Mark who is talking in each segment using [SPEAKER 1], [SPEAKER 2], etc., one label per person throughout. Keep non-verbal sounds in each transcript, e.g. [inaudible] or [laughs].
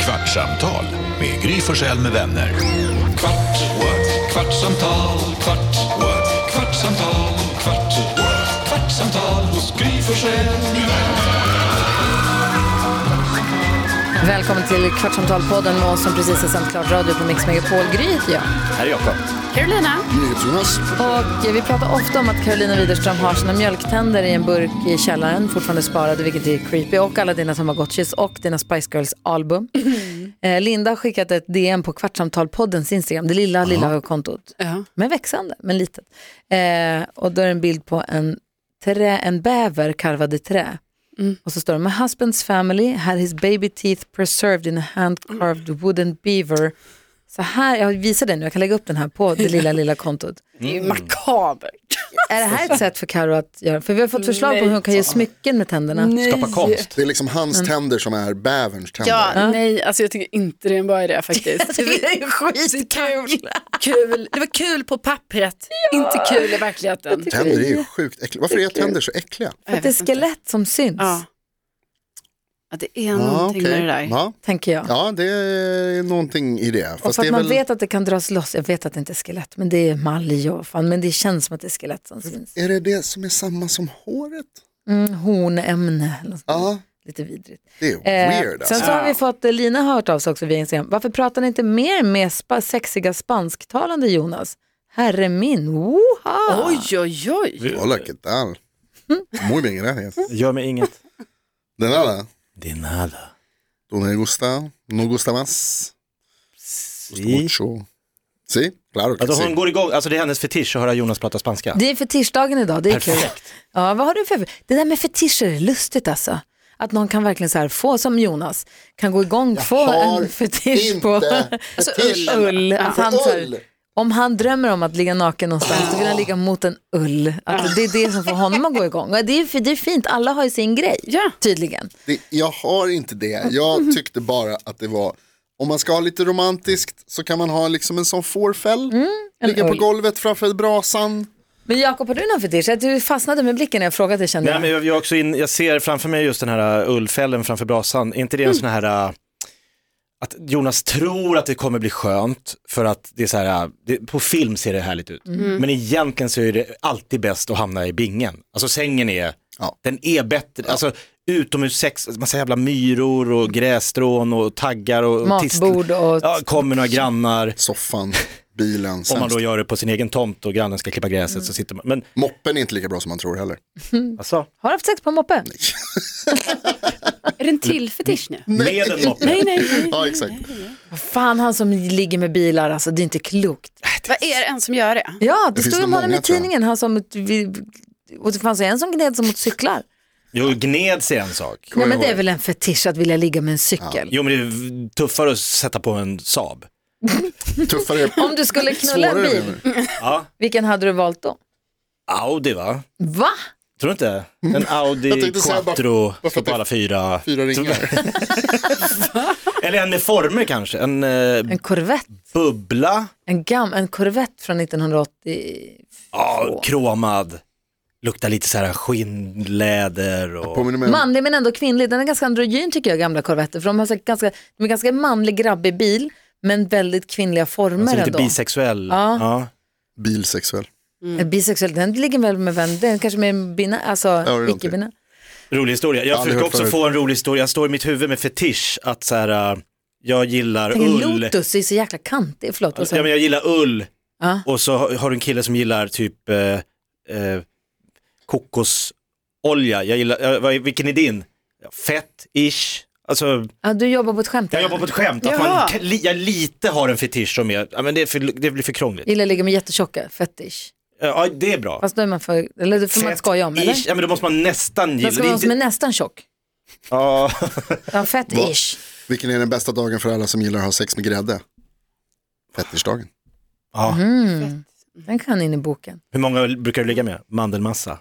[SPEAKER 1] Kvartsamtal med Gry Forssell med vänner. Kvart, what? kvartsamtal, kvart, what? kvartsamtal, kvart, what? kvartsamtal hos Gry Forssell med vänner.
[SPEAKER 2] Välkommen till Kvartsamtalpodden med oss som precis har sänt klart radio på Mix Megapol. Gry heter jag.
[SPEAKER 3] Här är Jakob.
[SPEAKER 2] Carolina.
[SPEAKER 3] Jonas.
[SPEAKER 2] Och eh, vi pratar ofta om att Carolina Widerström har sina mjölktänder i en burk i källaren, fortfarande sparade, vilket är creepy, och alla dina Tamagotchis och dina Spice Girls-album. Eh, Linda har skickat ett DM på Kvartsamtalpoddens Instagram, det lilla, lilla kontot. Men växande, men litet. Eh, och då är det en bild på en, trä, en bäver karvad i trä. Och så står det, my husband's family had his baby teeth preserved in a hand-carved wooden beaver. Så här, jag visar det nu, jag kan lägga upp den här på det
[SPEAKER 4] [laughs]
[SPEAKER 2] lilla, lilla kontot.
[SPEAKER 4] Det är
[SPEAKER 3] Mm.
[SPEAKER 4] ju makabert.
[SPEAKER 2] Är det här ett sätt för Karo att göra? För vi har fått förslag på hur hon kan ge smycken med tänderna.
[SPEAKER 4] Skapa konst.
[SPEAKER 5] Det är liksom hans tänder som är bäverns tänder.
[SPEAKER 4] Ja, nej, alltså jag tycker inte det är en bra idé [laughs]
[SPEAKER 2] [laughs]
[SPEAKER 4] faktiskt.
[SPEAKER 2] Det är ju skitkul.
[SPEAKER 4] kul. Det var kul på pappret, inte kul i verkligheten.
[SPEAKER 5] Tänder är ju sjukt äckliga. Varför är tänder så äckliga?
[SPEAKER 2] För att det är skelett som syns,
[SPEAKER 4] Ja. ja, det är
[SPEAKER 5] Ja,
[SPEAKER 4] någonting
[SPEAKER 5] okej.
[SPEAKER 4] med det där.
[SPEAKER 5] Ja.
[SPEAKER 2] tänker jag.
[SPEAKER 5] ja, det är någonting i det.
[SPEAKER 2] Och
[SPEAKER 5] Fast
[SPEAKER 2] för
[SPEAKER 5] det
[SPEAKER 2] att
[SPEAKER 5] är
[SPEAKER 2] man
[SPEAKER 5] väl...
[SPEAKER 2] vet att det kan dras loss, jag vet att det inte är skelett, men det är mall i och fan, men det känns som att det är skelett som syns.
[SPEAKER 5] Är det det som är samma som håret?
[SPEAKER 2] Mm, hornämne, eller något sånt.
[SPEAKER 5] Ja,
[SPEAKER 2] lite vidrigt.
[SPEAKER 5] det är
[SPEAKER 2] Eh,
[SPEAKER 5] weird
[SPEAKER 2] sen
[SPEAKER 5] alltså.
[SPEAKER 2] så har vi fått, eh, Lina har hört av sig också via Instagram, varför pratar ni inte mer med spa, sexiga spansktalande Jonas? Herre min, woha!
[SPEAKER 4] Oj, oj, oj.
[SPEAKER 5] Hola, qué tal? Muy bien, gracias.
[SPEAKER 3] Gör mig inget.
[SPEAKER 5] De nada.
[SPEAKER 3] Det är nada.
[SPEAKER 5] Donde gusta, no gusta más. Gusta mucho. Si, claro que
[SPEAKER 3] Alltså hon
[SPEAKER 5] si.
[SPEAKER 3] går igång, alltså det är hennes fetisch att höra Jonas prata spanska.
[SPEAKER 2] Det är fetischdagen idag, det är kul.
[SPEAKER 3] Perfekt.
[SPEAKER 2] Ja, vad har du för Det där med fetischer är lustigt alltså. Att någon kan verkligen så här få, som Jonas, kan gå igång, få
[SPEAKER 5] har
[SPEAKER 2] en fetisch på Alltså,
[SPEAKER 5] inte fetisch.
[SPEAKER 2] ull. Att
[SPEAKER 5] För
[SPEAKER 2] han, så här,
[SPEAKER 5] Alltså, ull.
[SPEAKER 2] om han drömmer om att ligga naken någonstans, då vill han ligga mot en ull. Att det är det som får honom att gå igång. Och det är, ju- det är fint, alla har ju sin grej,
[SPEAKER 4] Ja.
[SPEAKER 2] tydligen.
[SPEAKER 5] Det, jag har inte det.
[SPEAKER 4] [laughs]
[SPEAKER 5] Jag tyckte bara att det var, om man ska ha lite romantiskt så kan man ha liksom en sån fårfäll.
[SPEAKER 4] Mm,
[SPEAKER 5] ligga på
[SPEAKER 2] ull.
[SPEAKER 5] golvet framför brasan.
[SPEAKER 2] Men Jakob, har du någon fetisch? Att Du fastnade med blicken när jag frågade dig, kände
[SPEAKER 3] Nej,
[SPEAKER 2] jag.
[SPEAKER 3] men jag, jag, är också in, jag ser framför mig just den här äh, ullfällen framför brasan. Är inte det en
[SPEAKER 2] Mm.
[SPEAKER 3] sån här, äh, att Jonas tror att det kommer bli skönt för att det är så här, äh, det, på film ser det härligt ut.
[SPEAKER 2] Mm.
[SPEAKER 3] Men egentligen så är det alltid bäst att hamna i bingen. Alltså sängen är,
[SPEAKER 5] Ja.
[SPEAKER 3] den är bättre. Alltså utomhussex, massa jävla myror och grässtrån och taggar och
[SPEAKER 2] Matbord och-
[SPEAKER 3] Ja, kommer några grannar.
[SPEAKER 4] [laughs]
[SPEAKER 5] soffan, bilen,
[SPEAKER 3] Om man
[SPEAKER 5] sämst. Mm.
[SPEAKER 3] då gör det på sin egen tomt och grannen ska klippa gräset så sitter man, men
[SPEAKER 5] Moppen är inte lika bra som man tror heller.
[SPEAKER 3] alltså,
[SPEAKER 2] Har du haft sex på en moppe?
[SPEAKER 4] Är det en till fetisch nu?
[SPEAKER 3] med
[SPEAKER 5] [laughs]
[SPEAKER 3] en moppe.
[SPEAKER 4] Nej, nej, nej.
[SPEAKER 5] Ja, exakt.
[SPEAKER 2] Vad fan, han som ligger med bilar, alltså det är inte klokt.
[SPEAKER 4] Vad är det en som gör det?
[SPEAKER 2] Ja, det,
[SPEAKER 5] finns
[SPEAKER 2] stod ju om
[SPEAKER 5] nog
[SPEAKER 2] honom i
[SPEAKER 5] många, tror jag.
[SPEAKER 2] tidningen. Han som, vi- och det fanns ju en som gned sig mot cyklar.
[SPEAKER 3] Jo, gned sig en sak.
[SPEAKER 2] Nej, men det är väl en fetisch att vilja ligga med en cykel.
[SPEAKER 3] Jo, men det är tuffare att sätta på en Saab.
[SPEAKER 5] Tuffare,
[SPEAKER 2] Om du skulle knulla en
[SPEAKER 5] svårare
[SPEAKER 2] bil,
[SPEAKER 5] menar du?
[SPEAKER 3] Ja,
[SPEAKER 2] vilken hade du valt då?
[SPEAKER 3] Audi va?
[SPEAKER 2] Va?
[SPEAKER 3] Tror du inte? En
[SPEAKER 5] Mm. Jag
[SPEAKER 3] Audi
[SPEAKER 5] tänkte säga bara-
[SPEAKER 3] Quattro,
[SPEAKER 5] bara för
[SPEAKER 3] står
[SPEAKER 5] att
[SPEAKER 3] på
[SPEAKER 5] det-
[SPEAKER 3] alla fyra.
[SPEAKER 5] Fyra ringar.
[SPEAKER 3] Eller en med former kanske, en eh,
[SPEAKER 2] En korvett?
[SPEAKER 3] bubbla,
[SPEAKER 2] En, gam, en korvett från 1980?
[SPEAKER 3] ja, kromad, luktar lite så här skinnläder och...
[SPEAKER 5] Påminner mig om,
[SPEAKER 2] Manlig men ändå kvinnlig. Den är ganska androgyn tycker jag, gamla korvetter. För de har så här ganska, de är ganska manlig, grabbig bil, men väldigt kvinnliga former
[SPEAKER 3] Alltså, lite
[SPEAKER 2] ändå.
[SPEAKER 3] bisexuell.
[SPEAKER 2] Ja.
[SPEAKER 3] Ja.
[SPEAKER 5] bilsexuell.
[SPEAKER 2] Mm. Bisexuell, den ligger väl med vem? Den kanske med bina, alltså
[SPEAKER 5] det är någonting.
[SPEAKER 2] icke-bina.
[SPEAKER 3] Rolig historia. Jag
[SPEAKER 5] aldrig
[SPEAKER 3] försöker
[SPEAKER 5] hört
[SPEAKER 3] också
[SPEAKER 5] förut.
[SPEAKER 3] få en rolig historia. Jag står i mitt huvud med fetisch att så här, äh, jag gillar
[SPEAKER 2] Tänk en
[SPEAKER 3] ull.
[SPEAKER 2] Lotus, det är så jävla kantig. Förlåt, vad sa
[SPEAKER 3] Ja, men
[SPEAKER 2] du?
[SPEAKER 3] jag gillar ull
[SPEAKER 2] Ja.
[SPEAKER 3] och så har- har du en kille som gillar typ eh, eh, kokosolja. Jag gillar, eh, vad- vilken är din? Fett-ish. Alltså,
[SPEAKER 2] ja, du jobbar på ett skämt.
[SPEAKER 3] jag
[SPEAKER 2] eller?
[SPEAKER 3] jobbar på ett skämt, att
[SPEAKER 4] Jaha.
[SPEAKER 3] man, kan- li- jag lite har en fetisch som är, ja, men det, är för, det blir för krångligt.
[SPEAKER 2] Gillar att ligga med jättetjocka, fetisch.
[SPEAKER 3] Ja, det är bra.
[SPEAKER 2] Fast då är man för, eller då får man skoja om eller?
[SPEAKER 3] Fett-ish, ja men då måste man nästan
[SPEAKER 2] Den
[SPEAKER 3] gilla.
[SPEAKER 2] ska
[SPEAKER 3] Det är
[SPEAKER 2] vara som är
[SPEAKER 3] inte-
[SPEAKER 2] nästan tjock.
[SPEAKER 3] Ja,
[SPEAKER 2] Ja, fett-ish.
[SPEAKER 5] Vilken är den bästa dagen för alla som gillar att ha sex med grädde? Fetischdagen.
[SPEAKER 3] ja.
[SPEAKER 2] Den kan in i boken.
[SPEAKER 3] Hur många brukar du ligga med? Mandelmassa.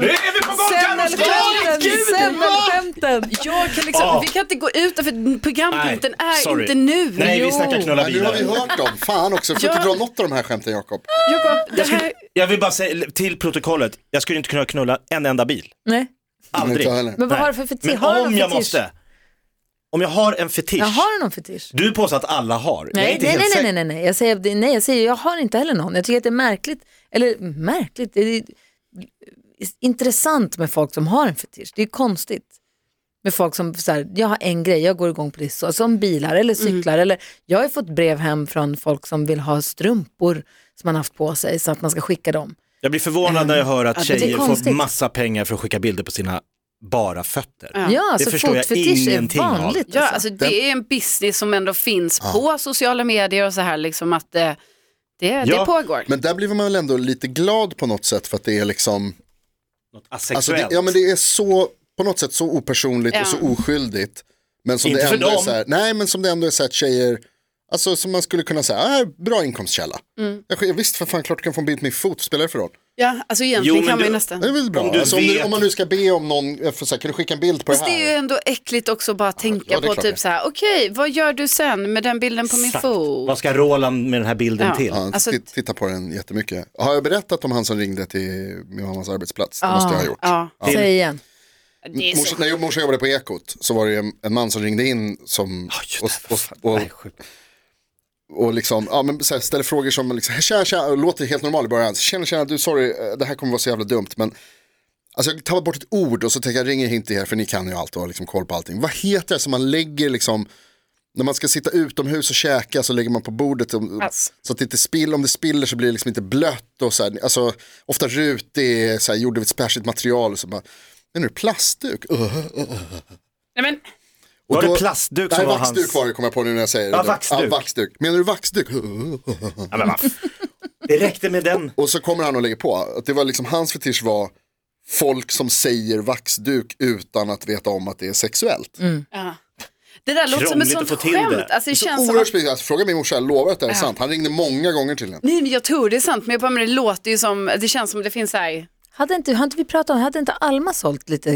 [SPEAKER 3] nu är vi på gång, Carro!
[SPEAKER 2] Semmelskämten!
[SPEAKER 4] Jag kan liksom,
[SPEAKER 3] Ja.
[SPEAKER 4] vi kan inte gå ut för programpunkten
[SPEAKER 3] Ah. Nej,
[SPEAKER 4] är
[SPEAKER 3] sorry.
[SPEAKER 4] inte nu.
[SPEAKER 3] Nej, vi
[SPEAKER 4] Jo.
[SPEAKER 3] snackar knulla
[SPEAKER 5] Men nu har
[SPEAKER 3] vidare.
[SPEAKER 5] vi hört dem. Fan också, får
[SPEAKER 4] Ja.
[SPEAKER 5] inte dra något av de här skämten Jakob.
[SPEAKER 4] Jakob, det här,
[SPEAKER 3] Jag vill bara säga till protokollet, jag skulle inte kunna knulla en enda bil.
[SPEAKER 2] Nej.
[SPEAKER 3] Aldrig.
[SPEAKER 5] Inte heller.
[SPEAKER 2] Men vad
[SPEAKER 3] Nej.
[SPEAKER 2] har du för fetisch?
[SPEAKER 3] Men
[SPEAKER 2] Har du någon
[SPEAKER 3] om jag
[SPEAKER 2] fetisch?
[SPEAKER 3] måste. Om jag har en fetisch,
[SPEAKER 2] Jag har du någon fetisch?
[SPEAKER 3] du påstår att alla har. jag är
[SPEAKER 2] Nej,
[SPEAKER 3] inte
[SPEAKER 2] nej,
[SPEAKER 3] helt
[SPEAKER 2] nej, nej,
[SPEAKER 3] säker.
[SPEAKER 2] nej, nej, jag säger, det- nej, jag säger jag har inte heller någon. Jag tycker att det är märkligt, eller märkligt, det är intressant med folk som har en fetisch. Det är konstigt med folk som, så här, jag har en grej, jag går igång på det, så, som bilar eller
[SPEAKER 3] Mm.
[SPEAKER 2] cyklar. Eller, jag har ju fått brev hem från folk som vill ha strumpor som man haft på sig så att man ska skicka dem.
[SPEAKER 3] Jag blir förvånad när jag hör att
[SPEAKER 4] det är
[SPEAKER 3] tjejer får
[SPEAKER 2] konstigt.
[SPEAKER 3] massa pengar för att skicka bilder på sina bara fötter.
[SPEAKER 2] Ja, alltså
[SPEAKER 3] förstår jag
[SPEAKER 2] fotfetisch är
[SPEAKER 3] ingenting av.
[SPEAKER 2] vanligt.
[SPEAKER 4] Ja,
[SPEAKER 2] alltså.
[SPEAKER 4] alltså, det är en business som ändå finns
[SPEAKER 3] Ah.
[SPEAKER 4] på sociala medier och så här liksom att eh, det, det
[SPEAKER 3] Ja.
[SPEAKER 4] pågår.
[SPEAKER 5] Men där blir man väl ändå lite glad på något sätt för att det är liksom,
[SPEAKER 3] Något asexuellt.
[SPEAKER 5] alltså det, ja men det är så, på något sätt så opersonligt
[SPEAKER 4] Ja.
[SPEAKER 5] och så oskyldigt. Men som
[SPEAKER 3] Inte
[SPEAKER 5] det
[SPEAKER 3] för
[SPEAKER 5] ändå är
[SPEAKER 3] dem.
[SPEAKER 5] så här, nej men som det ändå är så här att tjejer, alltså som man skulle kunna säga, ah, bra inkomstkälla.
[SPEAKER 4] Mm.
[SPEAKER 5] Jag, sk- visst för fan klart du kan få en bild på min fot, spelar det för roll?
[SPEAKER 4] Ja, alltså
[SPEAKER 3] Jo,
[SPEAKER 4] egentligen
[SPEAKER 3] men
[SPEAKER 4] kan man ju
[SPEAKER 3] du-
[SPEAKER 5] Det är
[SPEAKER 4] nästan.
[SPEAKER 5] väl bra,
[SPEAKER 3] Om
[SPEAKER 5] om,
[SPEAKER 3] du
[SPEAKER 5] alltså, om, du,
[SPEAKER 3] vet-
[SPEAKER 5] om man nu ska be om någon, eh, för, så här, kan du skicka en bild på det
[SPEAKER 4] Fast
[SPEAKER 5] här?
[SPEAKER 4] det är ju ändå äckligt också att bara tänka
[SPEAKER 5] ja, det är
[SPEAKER 4] på
[SPEAKER 5] klart det.
[SPEAKER 4] typ så här, okej, vad gör du sen med den bilden på min
[SPEAKER 3] Exakt.
[SPEAKER 4] fot?
[SPEAKER 3] Vad ska Roland med den här bilden
[SPEAKER 4] Ja.
[SPEAKER 3] till?
[SPEAKER 5] Ja,
[SPEAKER 4] Alltså-
[SPEAKER 5] tit- titta på den jättemycket. Har jag berättat om han som ringde till min mammas arbetsplats? Det måste jag ha gjort.
[SPEAKER 4] Ja,
[SPEAKER 2] Säg igen.
[SPEAKER 4] det är
[SPEAKER 5] Mors,
[SPEAKER 4] så.
[SPEAKER 5] när jag- morsan jobbade på Ekot så var det en, en man som ringde in som och, och, och,
[SPEAKER 3] Nej, sjukt.
[SPEAKER 5] och liksom, ja, men så här, ställer frågor som liksom, tjena, tjena, och låter helt normal i början. Tjena, tjena, du sorry, eh, det här kommer vara så jävla dumt. Men alltså, jag tar bort ett ord och så tänker jag ringer inte er för ni kan ju allt och har liksom koll på allting. Vad heter det som man lägger liksom, när man ska sitta utomhus och käka så lägger man på bordet. om-
[SPEAKER 4] Pass.
[SPEAKER 5] Så att det inte spill, om det spiller så blir det liksom inte blött och så här, alltså ofta rutig, så här, gjord av ett särskilt material. Och så bara, men nu plastduk, [laughs] Uh, Ugh.
[SPEAKER 4] Nej, men,
[SPEAKER 3] Var
[SPEAKER 5] då-
[SPEAKER 3] det plastduk
[SPEAKER 5] Nej,
[SPEAKER 3] som var
[SPEAKER 5] vaxduk
[SPEAKER 3] hans?
[SPEAKER 5] var det kommer jag på nu när jag säger det.
[SPEAKER 3] Ja, vaxduk.
[SPEAKER 5] Ja, vaxduk. Menar du vaxduk?
[SPEAKER 3] Ja, men vad f- det räckte med den.
[SPEAKER 5] Och så kommer han och lägger på. Att det var liksom, hans fetisch var folk som säger vaxduk utan att veta om att det är sexuellt.
[SPEAKER 2] Mm.
[SPEAKER 4] ja. Det där låter som ett
[SPEAKER 3] Krångligt
[SPEAKER 4] sånt
[SPEAKER 3] att få till det.
[SPEAKER 4] skämt. Alltså, det känns som
[SPEAKER 5] Oerhört
[SPEAKER 4] att,
[SPEAKER 5] speciellt. Alltså, fråga min morsa, jag lovar att det här är sant. Han ringde många gånger till henne.
[SPEAKER 4] nej, men jag tror det är sant, men, jag bara, men det låter ju som, det känns som det finns så här,
[SPEAKER 2] Hade inte, har inte vi pratat om, hade inte Alma sålt lite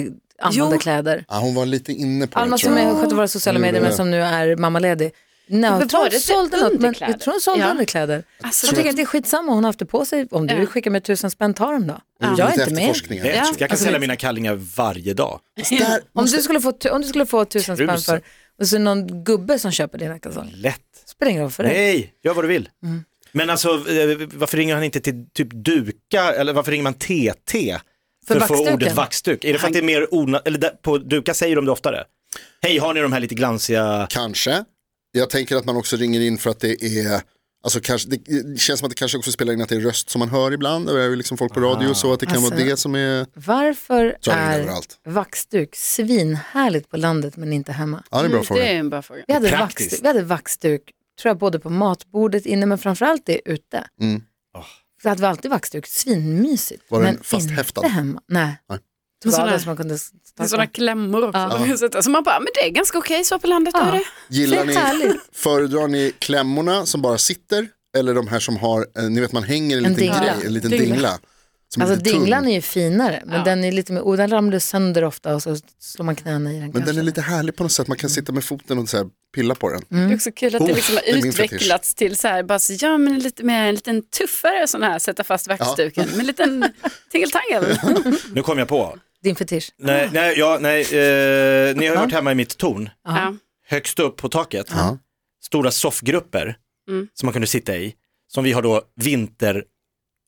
[SPEAKER 2] använda
[SPEAKER 4] Jo.
[SPEAKER 2] kläder?
[SPEAKER 5] Ja, hon var lite inne på
[SPEAKER 2] Alma
[SPEAKER 5] det tror
[SPEAKER 2] som
[SPEAKER 5] jag.
[SPEAKER 2] är- sköter våra sociala
[SPEAKER 5] Mm,
[SPEAKER 2] medier men
[SPEAKER 5] det.
[SPEAKER 2] som nu är mammaledig. Nej,
[SPEAKER 4] Men
[SPEAKER 2] jag tror
[SPEAKER 4] var
[SPEAKER 2] hon
[SPEAKER 4] det
[SPEAKER 2] sålde
[SPEAKER 4] inte
[SPEAKER 2] något, men
[SPEAKER 4] underkläder?
[SPEAKER 2] jag tror hon sålde
[SPEAKER 4] Ja.
[SPEAKER 2] underkläder.
[SPEAKER 4] Alltså,
[SPEAKER 2] hon
[SPEAKER 4] det-
[SPEAKER 2] tycker att det är skitsamma, hon har haft det på sig. Om du
[SPEAKER 4] Ja.
[SPEAKER 2] skickar med tusen spänn, ta dem då. Jag är
[SPEAKER 5] Mm, Lite
[SPEAKER 2] inte med.
[SPEAKER 5] efterforskningar.
[SPEAKER 3] Rätt.
[SPEAKER 4] Ja. alltså
[SPEAKER 3] Jag kan sälja mina kallingar varje dag.
[SPEAKER 5] Där,
[SPEAKER 2] Mm. Om du skulle få, tu- om du skulle få tusen spänn
[SPEAKER 3] Tusen.
[SPEAKER 2] för, och så är det någon gubbe som köper dina kalsonger,
[SPEAKER 3] Lätt.
[SPEAKER 2] spelar ingen roll för dig.
[SPEAKER 3] Nej, gör vad du vill.
[SPEAKER 4] Mm.
[SPEAKER 3] Men alltså, eh, varför ringer han inte till typ duka, eller varför ringer man TT? För, att få
[SPEAKER 2] vaxduken?
[SPEAKER 3] ordet vaxduk. Är det för att det är mer ona, eller där, på duka säger de det oftare. Hej, har ni de här lite glansiga,
[SPEAKER 5] kanske. Jag tänker att man också ringer in för att det är Alltså kanske, det känns som att det kanske också spelar in att det är röst som man hör ibland. Det är ju liksom folk på radio och så att det kan vara
[SPEAKER 2] Alltså.
[SPEAKER 5] det som är...
[SPEAKER 2] Varför
[SPEAKER 5] Så är det
[SPEAKER 2] är
[SPEAKER 5] överallt.
[SPEAKER 2] vaxduk svinhärligt på landet men inte hemma?
[SPEAKER 5] Ja, det är en bra fråga.
[SPEAKER 4] Mm, det är en bra fråga.
[SPEAKER 2] Vi hade,
[SPEAKER 3] Praktiskt.
[SPEAKER 2] vaxduk, vi hade vaxduk, tror jag, både på matbordet inne men framförallt det ute.
[SPEAKER 5] Mm.
[SPEAKER 2] Så hade vi alltid vaxduk, svinmysigt.
[SPEAKER 5] Var den
[SPEAKER 2] men
[SPEAKER 5] fasthäftad?
[SPEAKER 2] inte hemma. Nej.
[SPEAKER 5] Nej.
[SPEAKER 2] Det var
[SPEAKER 4] Sådana-
[SPEAKER 2] den som man kunde s-
[SPEAKER 4] Det
[SPEAKER 2] ta
[SPEAKER 4] är sådana
[SPEAKER 2] på.
[SPEAKER 4] klämmor också.
[SPEAKER 2] Ja.
[SPEAKER 4] som man sätter. Så man bara, men det är ganska okej så på landet.
[SPEAKER 2] Ja.
[SPEAKER 4] Ja. Mm. Det.
[SPEAKER 5] Gillar [laughs] ni,
[SPEAKER 2] Det är härligt.
[SPEAKER 5] föredrar ni klämmorna som bara sitter eller de här som har, eh, ni vet man hänger en,
[SPEAKER 2] En
[SPEAKER 5] liten
[SPEAKER 2] dingla.
[SPEAKER 5] grej, en liten
[SPEAKER 4] Dingla.
[SPEAKER 5] dingla. som är
[SPEAKER 2] Alltså
[SPEAKER 5] lite tung.
[SPEAKER 2] dinglan är ju finare, men
[SPEAKER 4] Ja.
[SPEAKER 2] den är lite mer, oh, den ramlar sönder ofta och så slår man knäna i den
[SPEAKER 5] Men
[SPEAKER 2] kanske.
[SPEAKER 5] den är lite härlig på något sätt, man kan sitta med foten och så här pilla på den.
[SPEAKER 4] det är också kul att det
[SPEAKER 5] Oh,
[SPEAKER 4] liksom har
[SPEAKER 5] det är min fetisch.
[SPEAKER 4] utvecklats till så här, bara så, ja men lite mer en liten tuffare sån här, sätta fast vaxduken med en liten tingeltangel.
[SPEAKER 3] nu kom jag på.
[SPEAKER 2] Din fetisch.
[SPEAKER 3] Nej,
[SPEAKER 4] Ah.
[SPEAKER 3] nej, ja, nej eh, ni har ju varit hemma i mitt torn.
[SPEAKER 4] ja.
[SPEAKER 3] högst upp på taket, stora soffgrupper som man kunde sitta i, som vi har då vinter,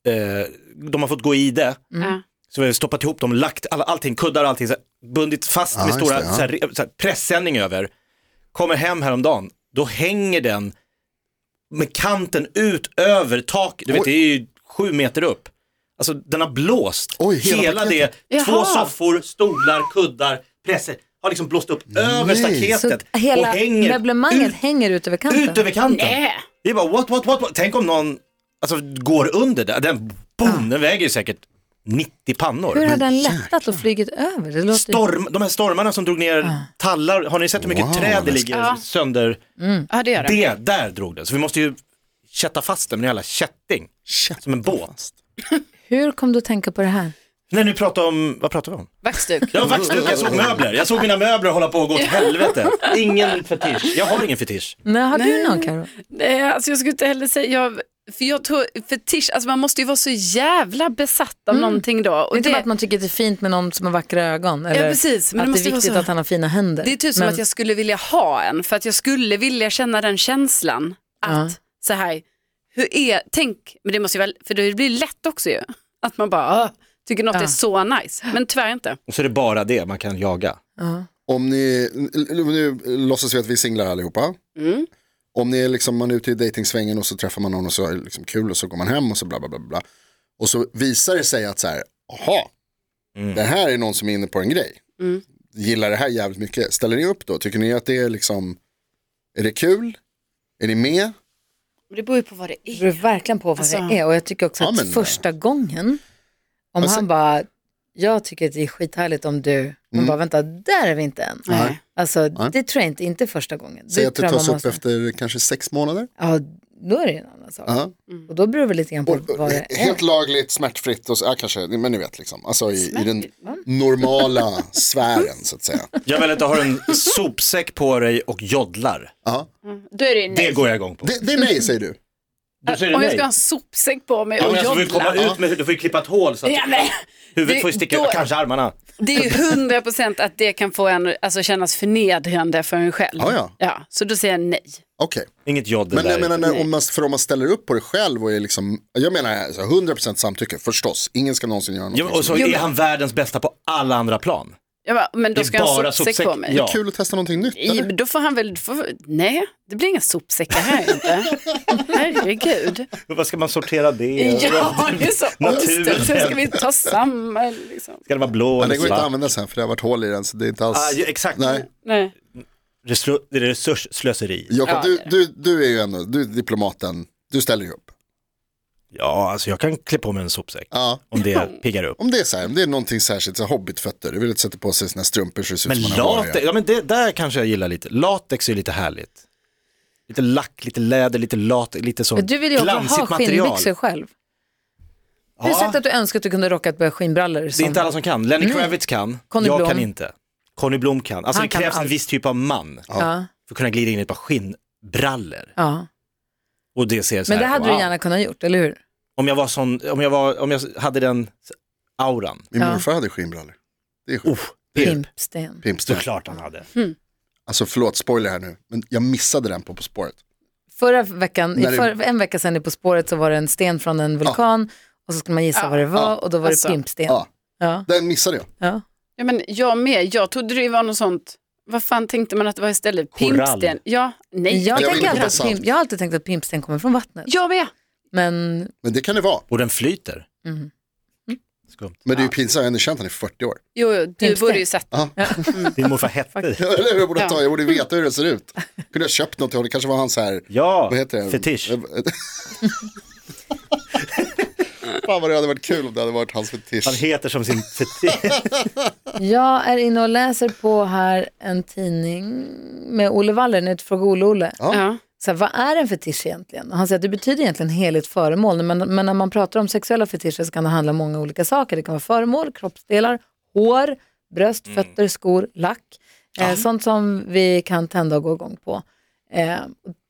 [SPEAKER 3] eh, de har fått gå i det,
[SPEAKER 4] Ja.
[SPEAKER 3] så vi har stoppat ihop dem, lagt alla, allting, kuddar och allting, så här, bundit fast
[SPEAKER 5] Ja,
[SPEAKER 3] med
[SPEAKER 5] just
[SPEAKER 3] stora
[SPEAKER 5] det, ja.
[SPEAKER 3] så här, re- så här, pressändning över, kommer hem häromdagen, då hänger den med kanten ut över taket, du vet
[SPEAKER 5] Oj.
[SPEAKER 3] det är ju sju meter upp. Alltså den har blåst
[SPEAKER 5] Oj, hela
[SPEAKER 3] hela, det,
[SPEAKER 5] paketet.
[SPEAKER 3] två
[SPEAKER 4] Jaha.
[SPEAKER 3] soffor, stolar, kuddar, presser, har liksom blåst upp över
[SPEAKER 5] Nej.
[SPEAKER 2] Så
[SPEAKER 3] staketet
[SPEAKER 2] hela
[SPEAKER 3] och hänger
[SPEAKER 2] möblemanget hänger ut över kanten.
[SPEAKER 3] ut över kanten.
[SPEAKER 4] Nej.
[SPEAKER 3] Det är bara what, what, what, what. Tänk om någon alltså, går under där. Den, boom, den väger ju säkert 90 pannor.
[SPEAKER 2] Ah. Hur har den lättat och flugit över? Det låter ju...
[SPEAKER 3] Storm, de här stormarna som drog ner tallar, har ni sett hur mycket
[SPEAKER 5] Wow,
[SPEAKER 3] träd det
[SPEAKER 5] läskigt.
[SPEAKER 3] ligger
[SPEAKER 4] Ja.
[SPEAKER 3] sönder?
[SPEAKER 4] ja, det gör det.
[SPEAKER 3] Det, där drog den. Så vi måste ju kätta fast den med en jävla kätting. Som en båt.
[SPEAKER 2] Hur kom du att tänka på det här?
[SPEAKER 3] Nej, nu pratar om, vad pratar vi om?
[SPEAKER 4] [laughs] Vaxduk.
[SPEAKER 3] Jag vaxduk, jag såg möbler. Jag såg mina möbler hålla på och gå åt helvete. Ingen fetisch. Jag har ingen fetisch.
[SPEAKER 2] Nej, har du någon Karo?
[SPEAKER 4] Nej, alltså jag skulle inte heller säga, jag För jag tror, fetisch, alltså man måste ju vara så jävla besatt av någonting då.
[SPEAKER 2] Det är
[SPEAKER 4] Och
[SPEAKER 2] inte bara att
[SPEAKER 4] Mm. det,
[SPEAKER 2] man tycker att det är fint med någon som har vackra ögon. Eller
[SPEAKER 4] precis, men det
[SPEAKER 2] att det,
[SPEAKER 4] måste
[SPEAKER 2] är
[SPEAKER 4] ju vara
[SPEAKER 2] viktigt
[SPEAKER 4] så.
[SPEAKER 2] att han har fina händer.
[SPEAKER 4] det är typ som
[SPEAKER 2] men,
[SPEAKER 4] att jag skulle vilja ha en, för att jag skulle vilja känna den känslan att
[SPEAKER 2] Ja.
[SPEAKER 4] så här, hur är, tänk, men det måste ju väl, för det blir lätt också ju, att man bara "Ah, tycker något
[SPEAKER 2] Ja.
[SPEAKER 4] är så nice, men tyvärr inte.
[SPEAKER 3] Och så är det bara det man kan jaga.
[SPEAKER 5] Om ni, nu låtsas vi att vi är singlar allihopa.
[SPEAKER 4] Mm.
[SPEAKER 5] Om ni är liksom, man är ute i dejtingsvängen och så träffar man någon och så är det liksom kul och så går man hem och så bla bla bla. bla. Och så visar det sig att så här, aha, det här är någon som är inne på en grej. Gillar det här jävligt mycket. Ställer ni upp då? Tycker ni att det är liksom, är det kul? Är ni med?
[SPEAKER 4] Och det beror ju på vad det är.
[SPEAKER 2] Det beror verkligen på vad
[SPEAKER 4] Alltså-
[SPEAKER 2] det är. Och jag tycker också
[SPEAKER 5] Ja,
[SPEAKER 2] att
[SPEAKER 5] men-
[SPEAKER 2] första gången, om
[SPEAKER 5] Alltså-
[SPEAKER 2] han bara, jag tycker att det är skithärligt om du, men
[SPEAKER 5] Mm.
[SPEAKER 2] bara vänta, där är vi inte än.
[SPEAKER 4] Nej.
[SPEAKER 2] Alltså det tror jag inte, inte första gången.
[SPEAKER 5] Säg att
[SPEAKER 2] tror
[SPEAKER 5] det
[SPEAKER 2] jag
[SPEAKER 5] tas
[SPEAKER 2] man
[SPEAKER 5] upp
[SPEAKER 2] måste-
[SPEAKER 5] efter kanske sex månader.
[SPEAKER 2] Ja, då är det ju en annan sak.
[SPEAKER 5] Ja.
[SPEAKER 2] Och då beror det väl lite grann på
[SPEAKER 5] Och,
[SPEAKER 2] vad det är.
[SPEAKER 5] Helt lagligt, smärtfritt och så, ja, kanske, men ni vet liksom. Alltså i, i den normala sfären så att säga.
[SPEAKER 3] Jag vill inte ha en sopsäck på dig och joddlar.
[SPEAKER 5] Ja.
[SPEAKER 4] Då är det ju nej.
[SPEAKER 3] Det går jag igång på.
[SPEAKER 5] Det, det är nej säger du.
[SPEAKER 3] Du säger
[SPEAKER 4] Om jag
[SPEAKER 3] nej.
[SPEAKER 4] ska ha en sopsäck på mig
[SPEAKER 3] Ja,
[SPEAKER 4] och
[SPEAKER 3] men alltså, du får komma
[SPEAKER 4] joddla.
[SPEAKER 3] ut med huvudet, du får ju klippa ett hål så att
[SPEAKER 4] Ja, men,
[SPEAKER 3] huvudet
[SPEAKER 4] det-
[SPEAKER 3] får ju sticka
[SPEAKER 4] då-
[SPEAKER 3] ut, kanske armarna.
[SPEAKER 4] det är ju hundra procent att det kan få en, alltså kännas förnedrande för en själv.
[SPEAKER 5] Ja, ja.
[SPEAKER 4] så då säger jag nej.
[SPEAKER 5] Okej.
[SPEAKER 3] Inget joddel
[SPEAKER 5] Men
[SPEAKER 3] där.
[SPEAKER 5] jag menar, när,
[SPEAKER 4] Nej.
[SPEAKER 5] om man, för om man ställer upp på det själv och är liksom, jag menar alltså, 100% samtycke, förstås. Ingen ska någonsin göra något.
[SPEAKER 3] Ja, och så
[SPEAKER 4] Jo, men-
[SPEAKER 3] är han världens bästa på alla andra plan.
[SPEAKER 4] Jag bara, men
[SPEAKER 3] Det
[SPEAKER 4] då
[SPEAKER 3] är
[SPEAKER 4] ska jag ha
[SPEAKER 3] bara
[SPEAKER 4] en sopsäck,
[SPEAKER 3] sopsäck,
[SPEAKER 4] på mig.
[SPEAKER 3] ja.
[SPEAKER 5] Kul att testa någonting nytt.
[SPEAKER 4] I,
[SPEAKER 5] Eller?
[SPEAKER 4] då får han väl, får, nej, det blir inga sopsäckar här inte. Herregud.
[SPEAKER 3] Vad ska man sortera det?
[SPEAKER 4] Ja, det är så
[SPEAKER 3] Naturen.
[SPEAKER 4] omställt. Hur ska vi ta samma liksom?
[SPEAKER 3] Ska det vara blå
[SPEAKER 5] Men det går
[SPEAKER 3] eller
[SPEAKER 5] inte att
[SPEAKER 3] svart?
[SPEAKER 5] använda sen för det har varit hål i den så det är inte alls.
[SPEAKER 3] Ah, ju- exakt.
[SPEAKER 5] Nej.
[SPEAKER 4] Nej.
[SPEAKER 3] Reslu- det är resursslöseri.
[SPEAKER 5] Jakob,
[SPEAKER 4] Ja,
[SPEAKER 5] du,
[SPEAKER 4] det är
[SPEAKER 5] du, du är ju ändå, du är diplomaten, du ställer ju upp.
[SPEAKER 3] Ja, alltså jag kan klä på mig en sopsäck
[SPEAKER 5] Ja.
[SPEAKER 3] om
[SPEAKER 2] [laughs]
[SPEAKER 3] det piggar upp.
[SPEAKER 5] Om det är så här, om det är någonting särskilt, så här, hobbitfötter, du vill inte sätta på sig sina strumpor så det ser ut
[SPEAKER 3] Men
[SPEAKER 5] som man har
[SPEAKER 3] latex,
[SPEAKER 5] varit.
[SPEAKER 3] ja men det där kanske jag gillar lite. Latex är lite härligt. Lite lack, lite läder, lite latex, lite sånt
[SPEAKER 2] Men Du vill ju också ha
[SPEAKER 3] glansigt material.
[SPEAKER 2] skinnbyxor själv. Du har
[SPEAKER 3] Ja,
[SPEAKER 2] sagt att du önskar att du kunde rocka ett par skinnbrallor.
[SPEAKER 3] det
[SPEAKER 2] som-
[SPEAKER 3] är inte alla som kan. Lenny Kravitz kan,
[SPEAKER 2] Conny
[SPEAKER 3] jag
[SPEAKER 2] Blom.
[SPEAKER 3] kan inte. Conny Blom kan. Alltså
[SPEAKER 2] Han
[SPEAKER 3] det
[SPEAKER 2] kan
[SPEAKER 3] krävs en
[SPEAKER 2] allt.
[SPEAKER 3] viss typ av man
[SPEAKER 2] Ja,
[SPEAKER 3] för att kunna glida in i ett par skinnbrallor.
[SPEAKER 2] ja.
[SPEAKER 3] Och det ser så
[SPEAKER 2] Men
[SPEAKER 3] här,
[SPEAKER 2] det hade du
[SPEAKER 3] wow.
[SPEAKER 2] gärna kunnat gjort, eller hur?
[SPEAKER 3] Om jag var sån, om jag, var, om jag hade den auran.
[SPEAKER 5] Min
[SPEAKER 2] Ja.
[SPEAKER 5] morfar hade skinnbrallor. Det är sjukt.
[SPEAKER 3] Oh, pimp.
[SPEAKER 2] Pimpsten.
[SPEAKER 5] Pimpströ.
[SPEAKER 3] Såklart han hade.
[SPEAKER 2] Mm.
[SPEAKER 5] Alltså förlåt, spoiler här nu, men jag missade den på På spåret.
[SPEAKER 2] Förra veckan, i
[SPEAKER 5] När det-
[SPEAKER 2] för, en vecka sedan i På spåret så var det en sten från en vulkan och så skulle man gissa
[SPEAKER 4] Ja,
[SPEAKER 2] vad det var
[SPEAKER 5] ja,
[SPEAKER 2] och då var
[SPEAKER 4] alltså.
[SPEAKER 2] det pimpsten.
[SPEAKER 5] Ja.
[SPEAKER 2] Ja. Ja,
[SPEAKER 5] Den missade jag.
[SPEAKER 4] Ja, men jag med, jag trodde det var något sånt, vad fan tänkte man att det var istället?
[SPEAKER 3] Korall.
[SPEAKER 4] Pimpsten? Ja, nej.
[SPEAKER 2] Jag,
[SPEAKER 5] vill
[SPEAKER 2] tänker
[SPEAKER 5] inte
[SPEAKER 2] alltid
[SPEAKER 5] ha
[SPEAKER 2] att
[SPEAKER 5] salt.
[SPEAKER 2] pimp, jag har alltid tänkt att pimpsten kommer från vattnet.
[SPEAKER 4] Jag med.
[SPEAKER 2] Men
[SPEAKER 5] Men det kan det vara.
[SPEAKER 3] Och den flyter.
[SPEAKER 2] Mm.
[SPEAKER 3] Skumt.
[SPEAKER 5] Men det är ju pinsamt, jag har ändå känt han i 40 år.
[SPEAKER 4] Jo, jo du
[SPEAKER 2] Pimpsten.
[SPEAKER 4] borde ju sett.
[SPEAKER 3] Din morfar hette
[SPEAKER 5] Eller hur? [laughs] jag borde
[SPEAKER 4] Ja.
[SPEAKER 5] ta, jag borde veta hur det ser ut. Kunde jag köpt något till honom, det kanske var hans här,
[SPEAKER 3] Ja,
[SPEAKER 5] vad heter det? Eh,
[SPEAKER 3] fetisch.
[SPEAKER 5] [laughs] Fan vad det hade varit kul om det hade varit hans fetisch.
[SPEAKER 3] Han heter
[SPEAKER 5] [laughs]
[SPEAKER 3] som sin fetisch.
[SPEAKER 2] Jag är inne och läser på här en tidning med Olle Waller, nu till Fråga Olle-Olle.
[SPEAKER 4] Ja.
[SPEAKER 2] Så här, vad är en fetisch egentligen? Och Han säger att det betyder egentligen heligt föremål, men, men när man pratar om sexuella fetischer så kan det handla om många olika saker. Det kan vara föremål, kroppsdelar, hår, bröst, fötter, skor, lack. Eh, sånt som vi kan tända och gå igång på. Eh,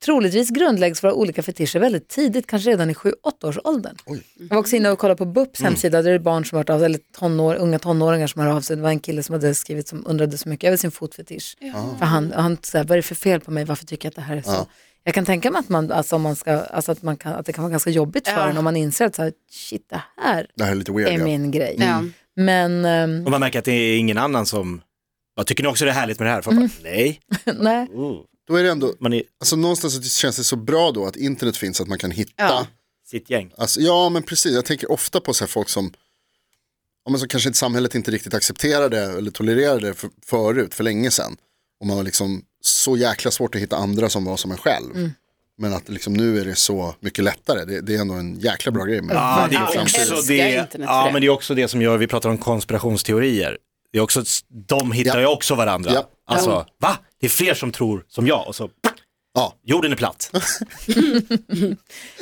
[SPEAKER 2] troligtvis grundläggs våra olika fetischer väldigt tidigt, kanske redan i 7-8-årsåldern. Jag var också inne och kollade på BUPs
[SPEAKER 5] Mm.
[SPEAKER 2] hemsida, där det är barn som har hört av sig, eller tonår, unga tonåringar som har hört av sig. Det var en kille som hade skrivit som undrade så mycket över sin fotfetisch.
[SPEAKER 5] Ah.
[SPEAKER 2] För han, han så här, vad är det för fel på mig, varför tycker jag att det här är så? Jag kan tänka mig att, man, alltså, om man ska, alltså, att, man kan, att det kan vara ganska jobbigt för en om man inser att så här, shit, det här
[SPEAKER 5] Det här är lite
[SPEAKER 2] är
[SPEAKER 5] weird. ja.
[SPEAKER 2] min grej.
[SPEAKER 4] Ja.
[SPEAKER 2] Men ehm, [laughs]
[SPEAKER 3] Och man märker att det är ingen annan som, jag tycker ni också det är härligt med det här? Folk bara,
[SPEAKER 2] Mm.
[SPEAKER 3] nej.
[SPEAKER 2] nej,
[SPEAKER 3] Oh.
[SPEAKER 5] Då är det ändå,
[SPEAKER 3] Man är
[SPEAKER 5] alltså någonstans så känns det så bra då att internet finns, att man kan hitta.
[SPEAKER 4] Ja.
[SPEAKER 3] sitt gäng.
[SPEAKER 5] Alltså, ja men precis, jag tänker ofta på så här folk som, ja, men som kanske inte samhället inte riktigt accepterade eller tolererade för, förut, för länge sedan. Och man var liksom så jäkla svårt att hitta andra som var som en själv.
[SPEAKER 2] Mm.
[SPEAKER 5] Men att liksom nu är det så mycket lättare, det, det är ändå en jäkla bra grej. Med
[SPEAKER 3] Ja, Ah, det
[SPEAKER 5] med
[SPEAKER 3] är
[SPEAKER 4] jag
[SPEAKER 5] framtiden.
[SPEAKER 3] också
[SPEAKER 4] älskar
[SPEAKER 3] det,
[SPEAKER 4] internet för
[SPEAKER 3] ja,
[SPEAKER 4] det.
[SPEAKER 3] men det är också det som gör, vi pratar om konspirationsteorier. Det är också, de hittar
[SPEAKER 5] Ja.
[SPEAKER 3] ju också varandra.
[SPEAKER 5] Ja.
[SPEAKER 3] Alltså, va? Det är fler som tror som jag och så,
[SPEAKER 5] Ja.
[SPEAKER 3] jorden
[SPEAKER 5] [laughs]
[SPEAKER 3] är platt.
[SPEAKER 2] nej,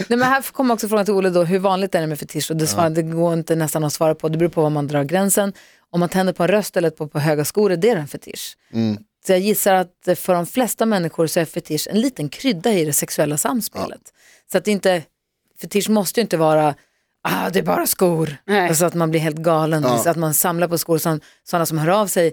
[SPEAKER 2] men här kommer också frågan till Olle då, hur vanligt är det med fetisch? Och det, svar, det går inte nästan att svara på, det beror på var man drar gränsen. Om man tänder på en röst eller ett par på höga skor, är det en fetisch?
[SPEAKER 3] Mm.
[SPEAKER 2] Så jag gissar att för de flesta människor så är fetisch en liten krydda i det sexuella samspelet. Så att det inte fetisch måste ju inte vara ah, det är bara skor.
[SPEAKER 4] Nej.
[SPEAKER 2] Alltså att man blir helt galen. Så att man samlar på skor. Som, sådana som hör av sig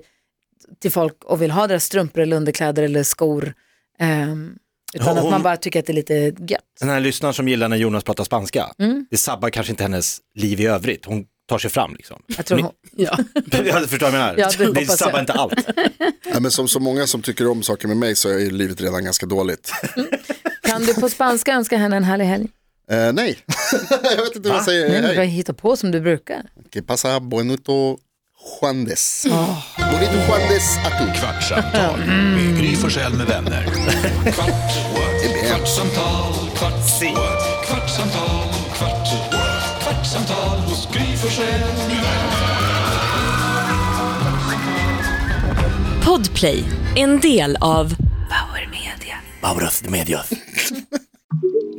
[SPEAKER 2] till folk och vill ha deras strumpor eller underkläder eller skor. Ehm, utan
[SPEAKER 3] Ja,
[SPEAKER 2] att
[SPEAKER 3] hon-
[SPEAKER 2] man bara tycker att det är lite gött.
[SPEAKER 3] Den här lyssnaren som gillar när Jonas pratar spanska, det sabbar kanske inte hennes liv i övrigt. Hon tar sig fram liksom.
[SPEAKER 2] Jag tror
[SPEAKER 3] [laughs] Men-
[SPEAKER 2] hon,
[SPEAKER 4] Ja.
[SPEAKER 3] Jag förstår vad jag menar.
[SPEAKER 2] Ja, det
[SPEAKER 3] det
[SPEAKER 2] hoppas jag.
[SPEAKER 3] sabbar inte allt.
[SPEAKER 5] Ja, men som så många som tycker om saker med mig så är ju livet redan ganska dåligt.
[SPEAKER 2] kan du på spanska önska henne en härlig helg?
[SPEAKER 5] Eh, nej, [laughs] jag vet inte vad jag säger.
[SPEAKER 2] Nej, men
[SPEAKER 5] Hej.
[SPEAKER 2] du hittar på som du brukar.
[SPEAKER 5] Que pasa bonito Juandes.
[SPEAKER 2] Ah.
[SPEAKER 5] Bonito Juandes atu.
[SPEAKER 1] Kvartsamtal med Gry Forssell med vänner. Kvart, what? kvartsamtal, kvart, what? kvartsamtal, kvart, what? kvartsamtal hos Gry Forssell med vänner.
[SPEAKER 6] Podplay, en del av